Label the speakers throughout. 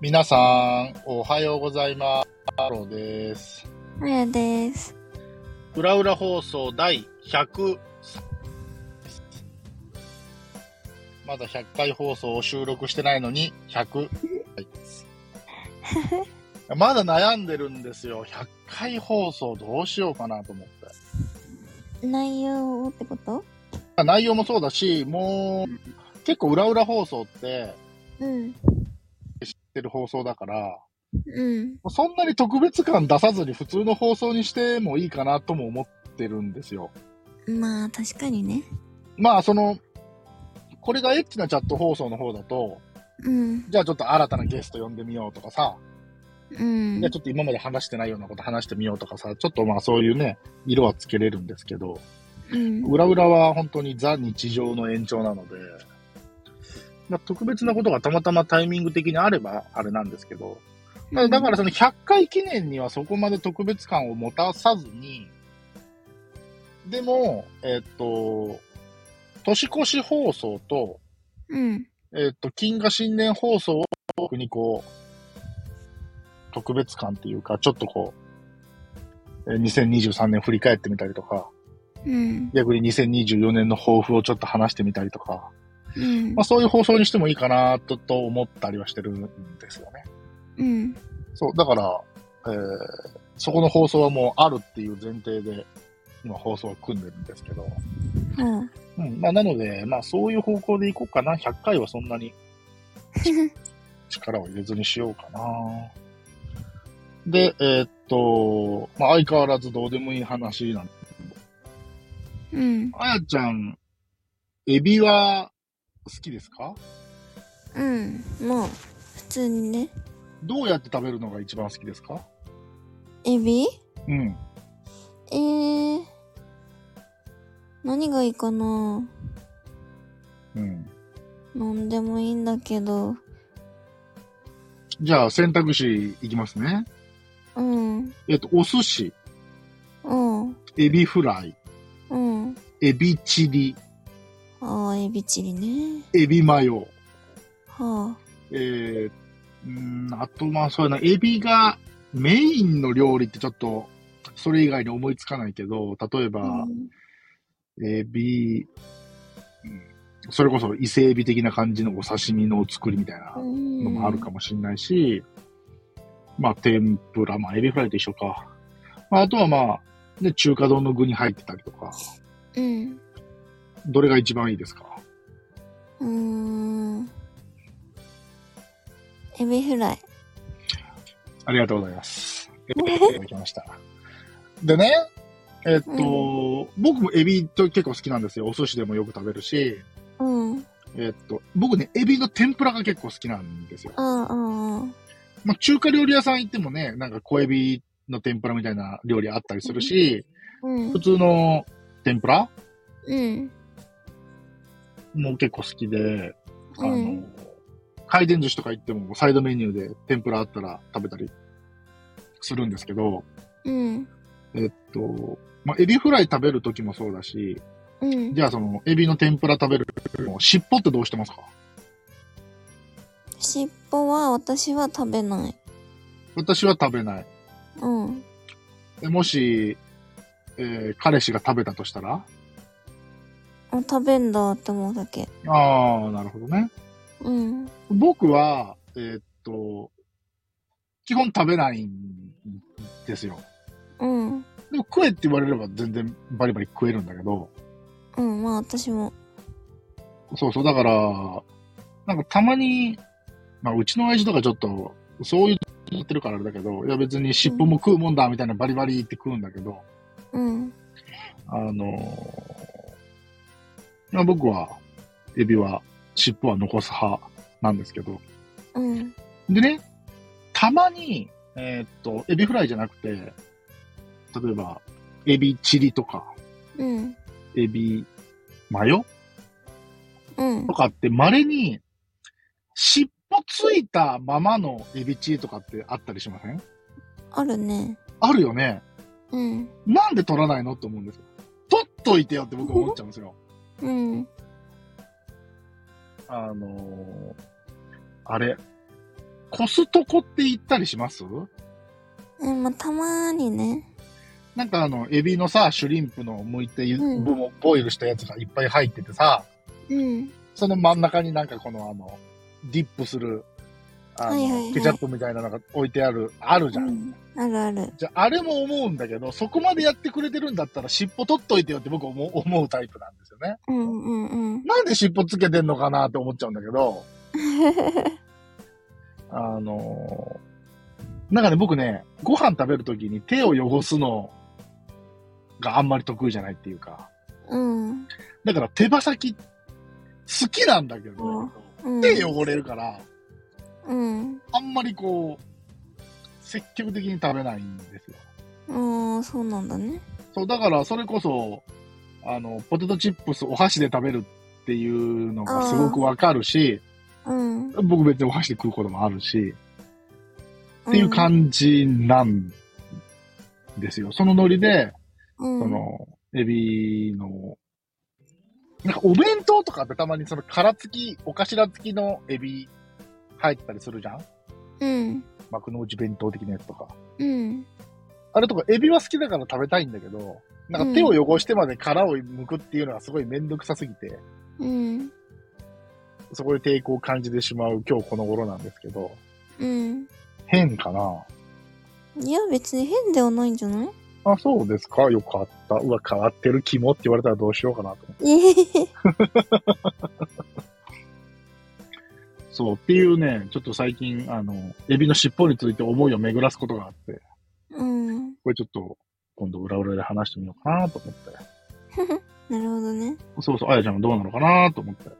Speaker 1: 皆さん、おはようございます。太郎です。
Speaker 2: あやです。
Speaker 1: 裏裏放送第100まだ100回放送を収録してないのに、100回です。まだ悩んでるんですよ。100回放送どうしようかなと思って。
Speaker 2: 内容をってこと
Speaker 1: 内容もそうだし、もう、結構裏裏放送って
Speaker 2: うん。
Speaker 1: 知ってる放送だから、
Speaker 2: うん。
Speaker 1: そんなに特別感出さずに普通の放送にしてもいいかなとも思ってるんですよ。
Speaker 2: まあ、確かにね。
Speaker 1: まあ、その、これがエッチなチャット放送の方だと、
Speaker 2: うん。
Speaker 1: じゃあちょっと新たなゲスト呼んでみようとかさ、
Speaker 2: うん
Speaker 1: じゃあ。ちょっと今まで話してないようなこと話してみようとかさ、ちょっとまあそういうね、色はつけれるんですけど、
Speaker 2: うん。
Speaker 1: 裏裏は本当にザ日常の延長なので、まあ、特別なことがたまたまタイミング的にあればあれなんですけど、まあだからその100回記念にはそこまで特別感を持たさずに、でも、えっと、年越し放送と、
Speaker 2: うん。
Speaker 1: えっと、金河新年放送を特にこう、特別感っていうか、ちょっとこう、えー2023年振り返ってみたりとか、
Speaker 2: うん。
Speaker 1: 逆に2024年の抱負をちょっと話してみたりとか、
Speaker 2: うん
Speaker 1: まあ、。そういう放送にしてもいいかなとと思ったりはしてるんですよね。
Speaker 2: うん。
Speaker 1: そう、だから、えーそこの放送はもうあるっていう前提で、今放送を組んでるんですけど、
Speaker 2: は
Speaker 1: うん、まあなので、まあそういう方向でいこうかな。100回はそんなに力を入れずにしようかな。で、えーっと、まあ相変わらずどうでもいい話なんで、
Speaker 2: うん。
Speaker 1: あやちゃん、エビは好きですか
Speaker 2: うん。もう、普通にね。
Speaker 1: どうやって食べるのが一番好きですか
Speaker 2: エビ
Speaker 1: うん。
Speaker 2: えー。何がいいかな
Speaker 1: うん。
Speaker 2: 何でもいいんだけど。
Speaker 1: じゃあ選択肢いきますね。
Speaker 2: うん。
Speaker 1: えーっと、お寿司、
Speaker 2: うん。
Speaker 1: エビフライ、
Speaker 2: うん。
Speaker 1: エビチリ、
Speaker 2: ああ、エビチリね。
Speaker 1: エビマヨ。
Speaker 2: はあ。
Speaker 1: えー、うーん、あとまあそうやな、エビがメインの料理ってちょっと、それ以外に思いつかないけど、例えば
Speaker 2: う、ん
Speaker 1: エビ、うんそれこそ伊勢エビ的な感じのお刺身の作りみたいなのもあるかもしれないし、まあ天ぷら、まあエビフライと一緒か。まああとはまあ、ね、中華丼の具に入ってたりとか、
Speaker 2: うん。
Speaker 1: どれが一番いいですか
Speaker 2: うーん。エビフライ。
Speaker 1: ありがとうございます。いただきました。でね、えっと、僕もエビと結構好きなんですよ。お寿司でもよく食べるし、
Speaker 2: うん。
Speaker 1: えっと、僕ね、エビの天ぷらが結構好きなんですよ。
Speaker 2: ああ、ああ。
Speaker 1: まあ、中華料理屋さん行ってもね、なんか小エビの天ぷらみたいな料理あったりするし、
Speaker 2: うん
Speaker 1: 普。通の天ぷら
Speaker 2: うん。
Speaker 1: も結構好きで、あの、
Speaker 2: うん
Speaker 1: 回転寿司とか行ってもサイドメニューで天ぷらあったら食べたりするんですけど、
Speaker 2: うん。
Speaker 1: えっと、まあ、エビフライ食べるときもそうだし、
Speaker 2: うん。
Speaker 1: じゃあその、エビの天ぷら食べる時も、尻尾ってどうしてますか
Speaker 2: 尻尾は私は食べない。
Speaker 1: 私は食べない。
Speaker 2: うん。
Speaker 1: でもし、えー彼氏が食べたとしたら
Speaker 2: あ、食べんだって思うだけ。
Speaker 1: ああ、なるほどね。
Speaker 2: うん。
Speaker 1: 僕は、えーっと、基本食べないんですよ。
Speaker 2: うん。
Speaker 1: でも食えって言われれば全然バリバリ食えるんだけど、
Speaker 2: うん。まあ私も。
Speaker 1: そうそう、だから、なんかたまに、まあ、うちの親父とかちょっと、そういうのやってるからあれだけど、いや別に尻尾も食うもんだ、みたいなバリバリって食うんだけど、
Speaker 2: うん。
Speaker 1: あのーまあ、僕は、エビは、尻尾は残す派なんですけど、
Speaker 2: うん。
Speaker 1: でね、たまに、えーっと、エビフライじゃなくて、例えば、エビチリとか、
Speaker 2: うん。
Speaker 1: エビマヨ
Speaker 2: うん
Speaker 1: と。かって、稀に、尻尾ついたままのエビチリとかってあったりしません
Speaker 2: あるね。
Speaker 1: あるよね。
Speaker 2: うん。
Speaker 1: なんで取らないのって思うんですよ。取っといてよって僕は思っちゃうんですよ。
Speaker 2: うん。
Speaker 1: あのーあれ、コストコって行ったりします
Speaker 2: え、まあ、たまーにね。
Speaker 1: なんかあの、エビのさ、シュリンプの剥いて、
Speaker 2: うん
Speaker 1: もうボイルしたやつがいっぱい入っててさ、
Speaker 2: うん。
Speaker 1: その真ん中になんかこのあの、ディップする、あの、
Speaker 2: はいはいはい
Speaker 1: ケチャップみたいなのが置いてある、あるじ
Speaker 2: う
Speaker 1: ゃん。
Speaker 2: ん。あるある。
Speaker 1: じゃあ、あれも思うんだけど、そこまでやってくれてるんだったら、尻尾取っといてよって僕思う思うタイプなんですよね。
Speaker 2: うんうんうん。
Speaker 1: なんで尻尾つけてんのかなって思っちゃうんだけ ど、あのーなんかね、僕ね、ご飯食べるときに手を汚すのがあんまり得意じゃないっていうか、
Speaker 2: うん。
Speaker 1: だから手羽先、好きなんだけど、
Speaker 2: うん。
Speaker 1: 手汚れるから、
Speaker 2: うん。
Speaker 1: あんまりこう、積極的に食べないんですよ。
Speaker 2: ああ、そうなんだね。
Speaker 1: そう、だからそれこそ、あの、ポテトチップスお箸で食べるっていうのがすごくわかるし、
Speaker 2: うん。っ
Speaker 1: 僕別にお箸で食うこともあるし、っていう感じなんですよ。そのノリで、
Speaker 2: うん、
Speaker 1: その、エビの、なんかお弁当とかってたまにその殻付き、お頭付きのエビ入ったりするじゃん
Speaker 2: うん。
Speaker 1: 幕の内弁当的なやつとか。
Speaker 2: うん。
Speaker 1: あれとか、エビは好きだから食べたいんだけど、なんか手を汚してまで殻を剥くっていうのがすごいめんどくさすぎて、
Speaker 2: うん。
Speaker 1: そこで抵抗を感じてしまう今日この頃なんですけど、
Speaker 2: うん。
Speaker 1: 変かない
Speaker 2: や、別に変ではないんじゃない
Speaker 1: あ、そうですかよかった。うわ、変わってる肝って言われたらどうしようかなと思って。
Speaker 2: ええ。
Speaker 1: そう、っていうね、ちょっと最近、あの、エビの尻尾について思いを巡らすことがあって、
Speaker 2: うん。
Speaker 1: これちょっと、今度裏裏で話してみようかなと思って。
Speaker 2: なるほどね。
Speaker 1: そうそう、あやちゃんがどうなのかなと思って。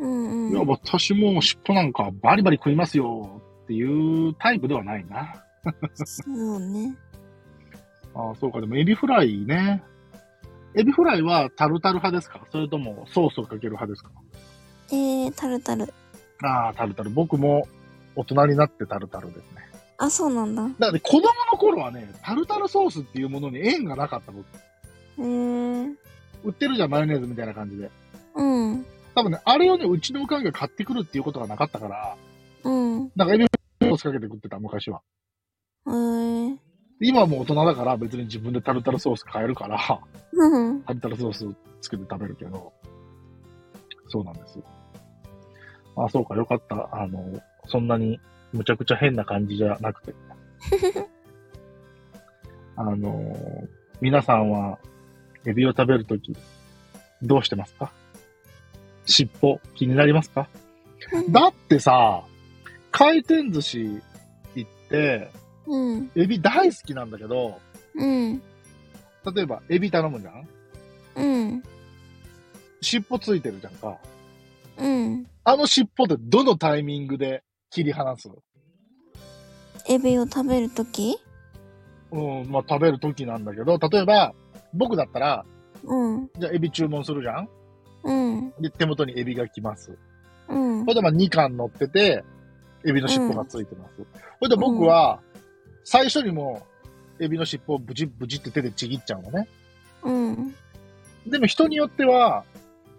Speaker 2: うんうん。
Speaker 1: いや、私も尻尾なんかバリバリ食いますよっていうタイプではないな。
Speaker 2: そうね。
Speaker 1: ああ、そうか。でも、エビフライね。エビフライはタルタル派ですかそれともソースをかける派ですか
Speaker 2: えー、タルタル。
Speaker 1: ああ、タルタル。僕も大人になってタルタルですね。
Speaker 2: あ、そうなんだ。
Speaker 1: だから、ね、子供の頃はね、タルタルソースっていうものに縁がなかった僕。
Speaker 2: えー。
Speaker 1: 売ってるじゃん、マヨネーズみたいな感じで。
Speaker 2: うん。
Speaker 1: 多分ね、あれをね、うちのおかんが買ってくるっていうことがなかったから、
Speaker 2: うん。
Speaker 1: なんかエビフライソースかけて食ってた、昔は。
Speaker 2: えー。
Speaker 1: 今はもう大人だから、別に自分でタルタルソース買えるから、
Speaker 2: うん。
Speaker 1: タルタルソースつけて食べるけど、そうなんです。あ、そうか、よかった。あの、そんなにむちゃくちゃ変な感じじゃなくて。あの、皆さんは、エビを食べるとき、どうしてますか尻尾、気になりますかだってさ、回転寿司行って、
Speaker 2: うん。
Speaker 1: エビ大好きなんだけど、
Speaker 2: うん。
Speaker 1: 例えば、エビ頼むじゃん
Speaker 2: うん。
Speaker 1: 尻尾ついてるじゃんか。
Speaker 2: うん。
Speaker 1: あの尻尾でどのタイミングで切り離す
Speaker 2: エビを食べるとき
Speaker 1: うん、まあ食べる時なんだけど、例えば、僕だったら、
Speaker 2: うん。
Speaker 1: じゃあエビ注文するじゃん
Speaker 2: うん。
Speaker 1: で、手元にエビが来ます。
Speaker 2: うん
Speaker 1: ほい。でまあ2貫乗ってて、エビの尻尾がついてます。ほいで僕は、最初にもう、エビの尻尾をブチブチって手でちぎっちゃうのね。
Speaker 2: うん。
Speaker 1: でも人によっては、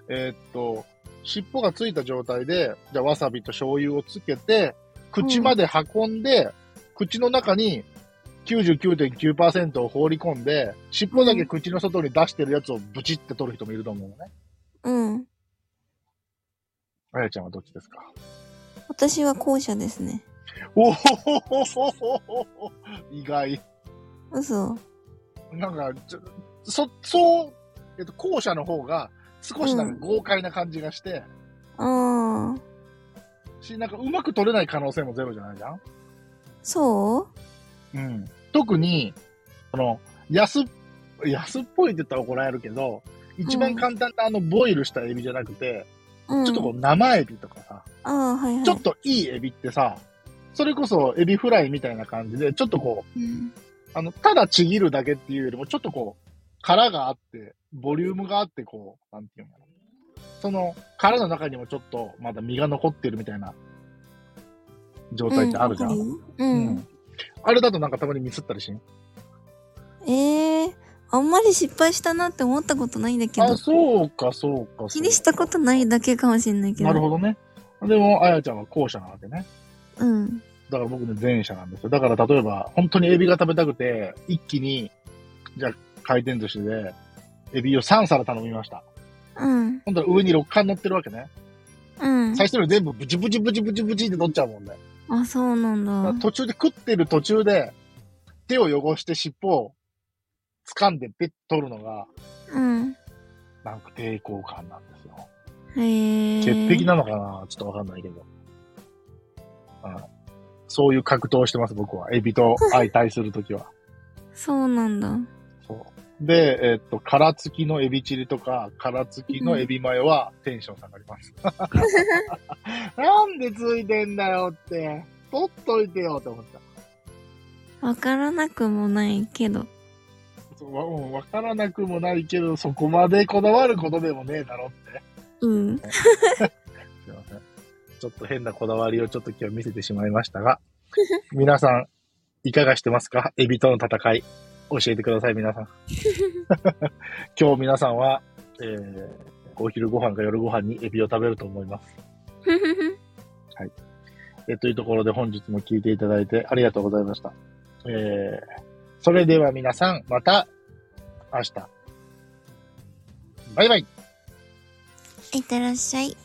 Speaker 1: えーっと、尻尾がついた状態で、じゃあわさびと醤油をつけて、口まで運んで、口の中に99.9%を放り込んで、尻尾だけ口の外に出してるやつをブチって取る人もいると思うのね。
Speaker 2: うん。
Speaker 1: あやちゃんはどっちですか
Speaker 2: 私は後者ですね。
Speaker 1: おお意外。
Speaker 2: 嘘。
Speaker 1: なんか、ちょそ、そう、えっと、後者の方が少しなんか豪快な感じがして、
Speaker 2: ああ。
Speaker 1: し、なんかうまく取れない可能性もゼロじゃないじゃん
Speaker 2: そ
Speaker 1: うん、特に、その、安っ、安っぽいって言ったら怒られるけど、一番簡単なあの、ボイルしたエビじゃなくて、
Speaker 2: う、うん、
Speaker 1: ちょっとこう、生エビとかさ、
Speaker 2: ああ、はいはい。
Speaker 1: ちょっといいエビってさ、それこそエビフライみたいな感じで、ちょっとこう、
Speaker 2: うん。
Speaker 1: あの、ただちぎるだけっていうよりも、ちょっとこう、殻があって、ボリュームがあって、こう、なんていうのかな。その、殻の中にもちょっと、まだ身が残ってるみたいな、状態ってあるじゃん。
Speaker 2: う
Speaker 1: うん。
Speaker 2: ん。わかるようん
Speaker 1: あれだとなんかたまにミスったりしん
Speaker 2: ええー、あんまり失敗したなって思ったことないんだけ
Speaker 1: あ、
Speaker 2: ど。
Speaker 1: そうか、そうか。
Speaker 2: 気にしたことないだけかもしれないけど。
Speaker 1: なるほどね。でも、あやちゃんは後者なわけね。
Speaker 2: うん。
Speaker 1: だから僕ね、前者なんですよ。だから例えば、本当にエビが食べたくて、一気に、じゃあ回転寿司で、エビを3皿頼みました。
Speaker 2: うん。
Speaker 1: ほんと上に6貫乗ってるわけね。
Speaker 2: うん。
Speaker 1: 最初の全部ブチブチブチブチブチって取っちゃうもんね。
Speaker 2: あ、そうなん
Speaker 1: だから
Speaker 2: だ。
Speaker 1: 途中で食ってる途中で、手を汚して尻尾を掴んでペッて取るのが、
Speaker 2: うん。
Speaker 1: なんか抵抗感なんですよ。
Speaker 2: へえ。
Speaker 1: 潔癖なのかなちょっとわかんないけど。うん。そういう格闘をしてます、僕は。エビと相対するときは。
Speaker 2: そうなんだ。
Speaker 1: そう。で、えっと、殻付きのエビチリとか、殻付きのエビマヨはテンション下がります。なんでついてんだよって。取っといてよって思った。
Speaker 2: わからなくもないけど。
Speaker 1: そうわうんわからなくもないけど、そこまでこだわることでもねえだろって。
Speaker 2: うん。
Speaker 1: すいません。ちょっと変なこだわりをちょっと今日見せてしまいましたが、 皆さん、いかがしてますかエビとの戦い。教えてください、皆さん。 今日皆さんは、えー、お昼ご飯か夜ご飯にエビを食べると思います。えーというところで本日も聞いていただいてありがとうございました。えー、それでは皆さん、また明日。バイバイ
Speaker 2: いってらっしゃい。